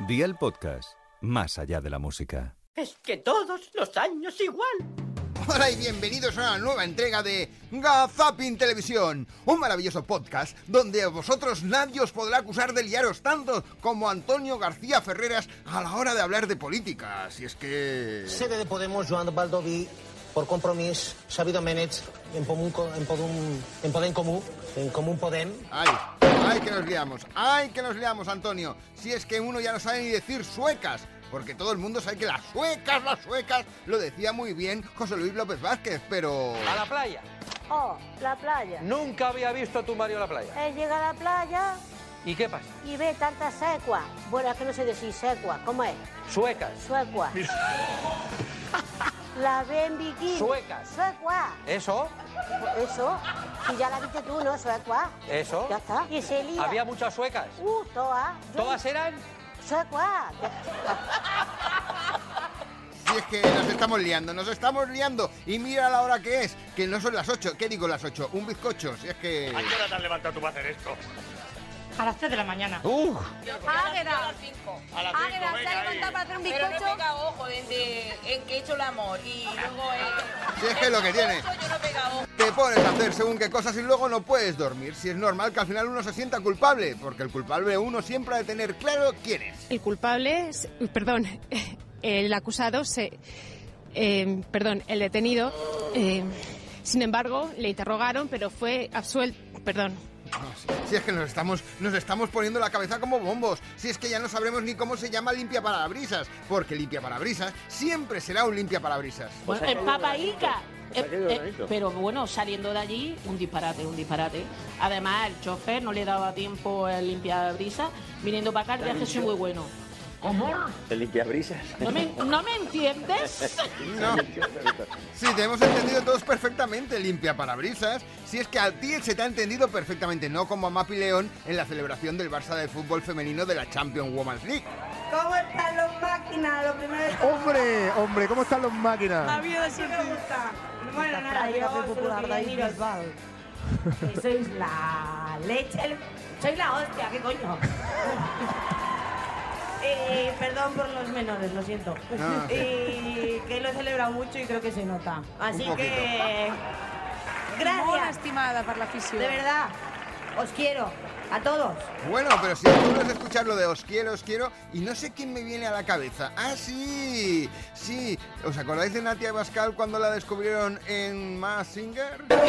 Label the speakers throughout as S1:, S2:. S1: Día el podcast, más allá de la música.
S2: Es que todos los años igual.
S3: Hola y bienvenidos a una nueva entrega de Gazapin Televisión, un maravilloso podcast donde a vosotros nadie os podrá acusar de liaros tanto como Antonio García Ferreras a la hora de hablar de política. Si es que...
S4: Sede de Podemos, Joan Baldoví, por compromiso, Sabido Menet, en Podem, en Podem, en Podem Comú, en Común Podem.
S3: ¡Ay! ¡Ay que nos liamos! ¡Ay que nos liamos, Antonio! Si es que uno ya no sabe ni decir suecas. Porque todo el mundo sabe que las suecas, las suecas, lo decía muy bien José Luis López Vázquez, pero...
S5: A la playa.
S6: Oh, la playa.
S5: Nunca había visto a tu Mario a la playa.
S6: Él llega a la playa
S5: ¿Y qué pasa?
S6: y ve tanta secua. Bueno, es que no sé decir secua. ¿Cómo es?
S5: Suecas.
S6: Suecua. La ve en bikini.
S5: Suecas.
S6: Suecua.
S5: Eso,
S6: Eso. Si ya la viste tú, ¿no? Suecua.
S5: eso.
S6: Ya está. Y se lía.
S5: Había muchas suecas.
S6: Uh, toa. Yo-
S5: Todas eran.
S6: Suecua.
S3: Si es que nos estamos liando, nos estamos liando. Y mira la hora que es, que no son las 8. ¿Qué digo las 8? Un bizcocho, si es que...
S7: ¿A qué hora te has levantado tú para hacer esto?
S8: A las 3 de la mañana.
S5: Uf,
S9: Águeda.
S7: A las cinco,
S9: Águeda se
S7: venga,
S9: ha levantado
S7: ahí.
S9: para hacer un
S10: Pero no
S9: bizcocho.
S10: pega ojo desde en que he hecho el amor y luego el...
S3: Si es que es lo que tiene.
S10: Yo no pega ojo.
S3: Te pones a hacer según qué cosas y luego no puedes dormir. Si es normal que al final uno se sienta culpable, porque el culpable uno siempre ha de tener claro quién es.
S11: El culpable, es- perdón, el acusado se, eh, perdón, el detenido. eh, sin embargo, le interrogaron, pero fue absuelto. Perdón.
S3: No, si, si es que nos estamos, nos estamos poniendo la cabeza como bombos. Si es que ya no sabremos ni cómo se llama limpia parabrisas, porque limpia parabrisas siempre será un limpia parabrisas.
S8: Bueno, el Papa Ica. Eh, eh, pero bueno, saliendo de allí, un disparate, un disparate. Además, el chofer no le daba tiempo a limpiar brisa. Viniendo para acá, el viaje es muy bueno. ¿Cómo? ¿El limpiabrisas? ¿No me, ¿No me entiendes?
S3: No. Sí, te hemos entendido todos perfectamente, limpia parabrisas. Si es que a ti se te ha entendido perfectamente, no como a Mapi León en la celebración del Barça de fútbol femenino de la Champions Women's League.
S9: ¿Cómo están los máquinas? Lo primero de todo.
S12: Hombre, hombre, ¿cómo están los máquinas?
S9: Bueno, nada, yo popular de ahí Sois la leche. el- Sois la hostia, ¿qué coño? Eh, perdón por los menores, lo siento.
S3: Ah.
S9: Y que lo he celebrado mucho y creo que se nota. Así
S3: Un poquito.
S9: que. Gracias,
S10: estimada para la afición.
S9: de verdad. Os quiero. A todos.
S3: Bueno, pero si alguno es escuchar lo de os quiero, os quiero, y no sé quién me viene a la cabeza. Ah, sí, sí. ¿Os acordáis de Natia Pascal cuando la descubrieron en Massinger?
S6: todo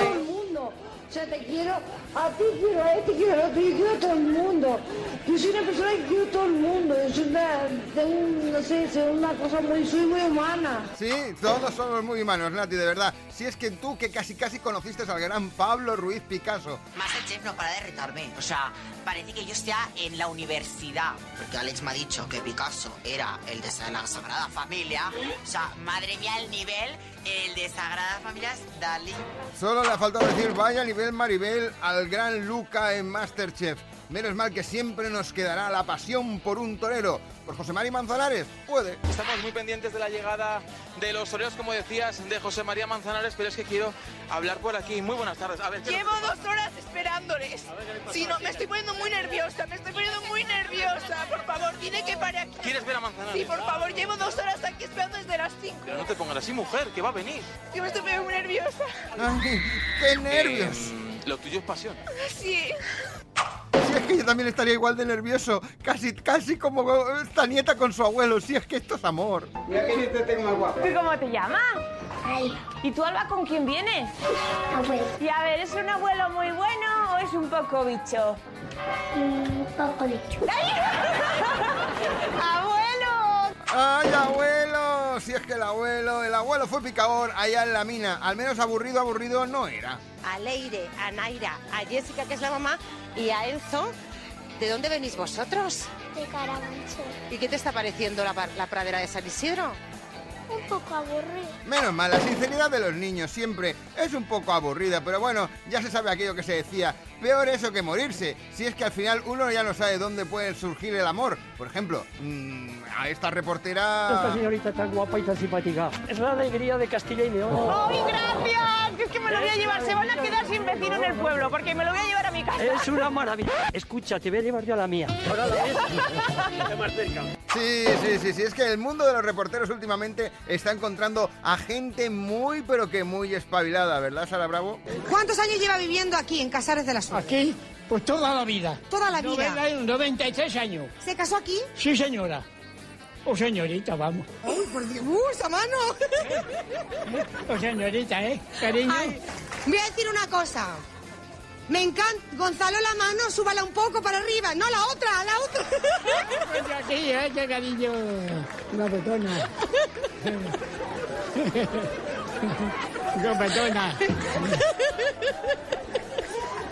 S6: el mundo. Yo te quiero, a ti quiero, a este quiero, a ti quiero a todo el mundo. Yo soy una persona que quiero a todo el mundo. Yo soy una, tengo, un- no sé, soy una cosa muy, soy muy humana.
S3: Sí, todos somos muy humanos, Nati, de verdad. Si es que tú que casi casi conociste al gran Pablo Ruiz Picasso.
S10: Masterchef no para de retarme. O sea, parece que yo sea en la universidad. Porque Alex me ha dicho que Picasso era el de la Sagrada Familia. O sea, madre mía, el nivel, el de Sagrada Familia es Dalí.
S3: Solo le ha faltado decir vaya nivel Maribel al gran Luca en Masterchef. Menos mal que siempre nos quedará la pasión por un torero. ¿Por José Mari Manzanares? Puede.
S5: Estamos muy pendientes de la llegada de los toreros, como decías, de José María Manzanares, pero es que quiero hablar por aquí. Muy buenas tardes. A ver, ¿qué-
S10: Llevo dos horas esperándoles. Si no, me estoy poniendo muy nerviosa, me estoy poniendo muy nerviosa. Por favor, dile que pare aquí.
S5: ¿Quieres ver a Manzanares?
S10: Sí, por favor, llevo dos horas aquí esperando desde las 5.
S5: Pero no te pongas así, mujer, que va a venir.
S10: Yo me estoy poniendo muy nerviosa.
S3: ¡Ay, qué nervios!
S5: Eh, lo tuyo es pasión.
S10: Sí.
S3: Si es que yo también estaría igual de nervioso, casi, casi como esta nieta con su abuelo, si es que esto es amor.
S9: ¿Cómo te llamas? ¿Y tú, Alba, con quién vienes?
S6: Ah, pues,
S9: Y a ver, ¿es un abuelo muy bueno o es un poco bicho? ¡Abuelo!
S3: ¡Ay, abuelo! Si es que el abuelo, el abuelo fue picador allá en la mina, al menos aburrido, aburrido no era.
S9: A Leire, a Naira, a Jessica, que es la mamá, y a Enzo. ¿De dónde venís vosotros?
S6: De carabanchel,
S9: ¿Y qué te está pareciendo la, par- la pradera de San Isidro?
S6: un poco aburrido.
S3: Menos mal, la sinceridad de los niños siempre es un poco aburrida, pero bueno, ya se sabe aquello que se decía, Peor eso que morirse. Si es que al final uno ya no sabe dónde puede surgir el amor. Por ejemplo, mm, a esta
S5: Esta
S3: reportera...
S5: señorita tan guapa y tan simpática. Es la alegría de Castilla y León.
S13: ¡Ay, gracias! Que es que me lo voy a llevar. Se van a quedar sin vecino en el pueblo porque me lo voy a llevar a mi casa.
S5: Es una maravilla. Escucha, te voy a llevar yo a la mía. Ahora la ves. más cerca.
S3: Sí, sí, sí, sí. Es que el mundo de los reporteros últimamente está encontrando a gente muy, pero que muy espabilada, ¿verdad, Sara Bravo?
S9: ¿Cuántos años lleva viviendo aquí en Casares de la Sur? Aquí,
S5: Pues toda la vida.
S9: Toda la vida.
S5: 90 y 93 años.
S9: ¿Se casó aquí?
S5: Sí, señora. O señorita, vamos.
S9: ¡Uy, por Dios! ¡Uh, esa mano!
S5: O señorita, ¿eh? Cariño.
S9: Ay, voy a decir una cosa. Me encanta. Gonzalo, la mano, súbala un poco para arriba. No, la otra, la otra.
S5: Sí, eh, qué cariño. Guapetona. Guapetona.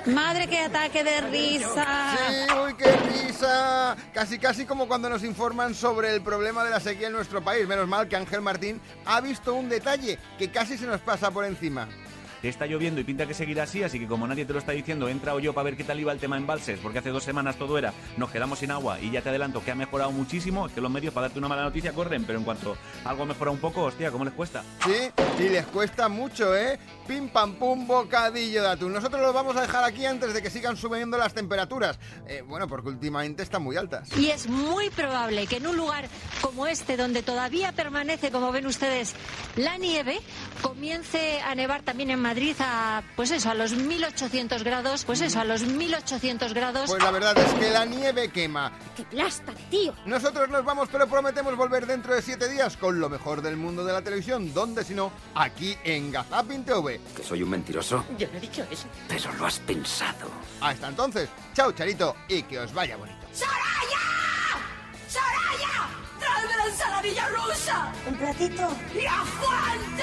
S14: Madre, qué ataque de risa.
S3: Sí, uy, qué risa. Casi, casi como cuando nos informan sobre el problema de la sequía en nuestro país. Menos mal que Ángel Martín ha visto un detalle que casi se nos pasa por encima.
S15: Te está lloviendo y pinta que seguirá así, así que como nadie te lo está diciendo, entra o yo para ver qué tal iba el tema en embalses, porque hace dos semanas todo era, nos quedamos sin agua y ya te adelanto que ha mejorado muchísimo, es que los medios para darte una mala noticia corren, pero en cuanto algo ha mejorado un poco, hostia, ¿cómo les cuesta?
S3: Sí, y les cuesta mucho, ¿eh? Pim pam pum, bocadillo de atún. Nosotros los vamos a dejar aquí antes de que sigan subiendo las temperaturas. Eh, bueno, porque últimamente están muy altas.
S14: Y es muy probable que en un lugar como este, donde todavía permanece, como ven ustedes, la nieve, comience a nevar también en Madrid a, pues eso, a los 1800 grados, pues eso, a los 1800 grados.
S3: Pues la verdad es que la nieve quema.
S14: ¡Qué plasta, tío!
S3: Nosotros nos vamos, pero prometemos volver dentro de siete días con lo mejor del mundo de la televisión. ¿Dónde si no? Aquí en Gazapin TV.
S16: ¿Que soy un mentiroso?
S17: Yo no he dicho eso.
S16: Pero lo has pensado.
S3: Hasta entonces, chao Charito y que os vaya bonito.
S18: ¡Soraya! ¡Soraya! ¡Tráeme la ensaladilla rusa!
S9: Un platito.
S18: ¡Y aguante!